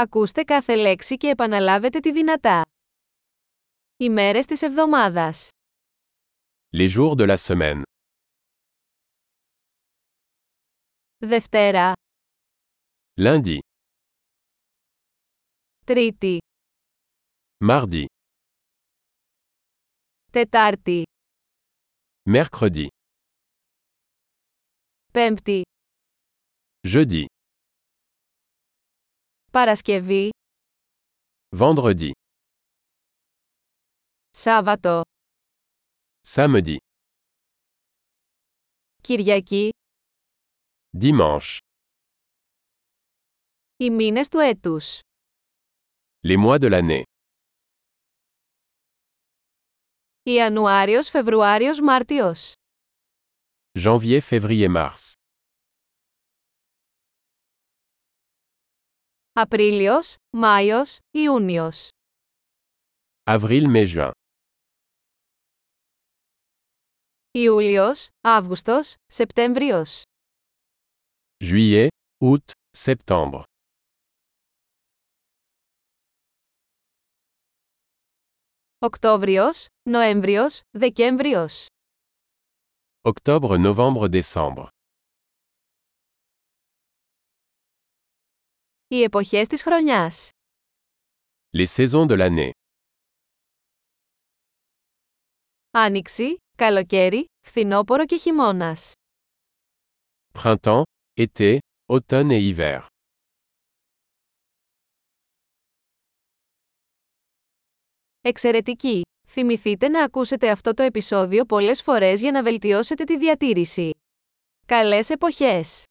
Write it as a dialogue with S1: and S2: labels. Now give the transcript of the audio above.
S1: Ακούστε κάθε λέξη και επαναλάβετε τη δυνατά. Οι μέρες της εβδομάδας.
S2: Les jours de la semaine.
S1: Δευτέρα,
S2: Lundi,
S1: Τρίτη,
S2: mardi,
S1: Τετάρτη,
S2: mercredi,
S1: Πέμπτη,
S2: jeudi,
S1: Παρασκευή,
S2: vendredi,
S1: Σάββατο,
S2: samedi,
S1: Κυριακή,
S2: dimanche.
S1: οι μήνες του έτους.
S2: Les mois de l'année.
S1: Ιανουάριος, Φεβρουάριος, Μάρτιος.
S2: Janvier, février, mars.
S1: Απρίλιος, Μάιος, Ιούνιος.
S2: Avril, mai, juin.
S1: Ιούλιος, Αύγουστος, Σεπτέμβριος.
S2: Juillet, août, septembre.
S1: Οκτώβριος, Νοέμβριος, Δεκέμβριος.
S2: Octobre, novembre, décembre.
S1: Οι εποχές της χρονιάς.
S2: Les saisons de l'année.
S1: Άνοιξη, καλοκαίρι, φθινόπωρο και χειμώνας.
S2: Printemps, été, automne et hiver.
S1: Εξαιρετική! Θυμηθείτε να ακούσετε αυτό το επεισόδιο πολλές φορές για να βελτιώσετε τη διατήρηση. Καλές εποχές!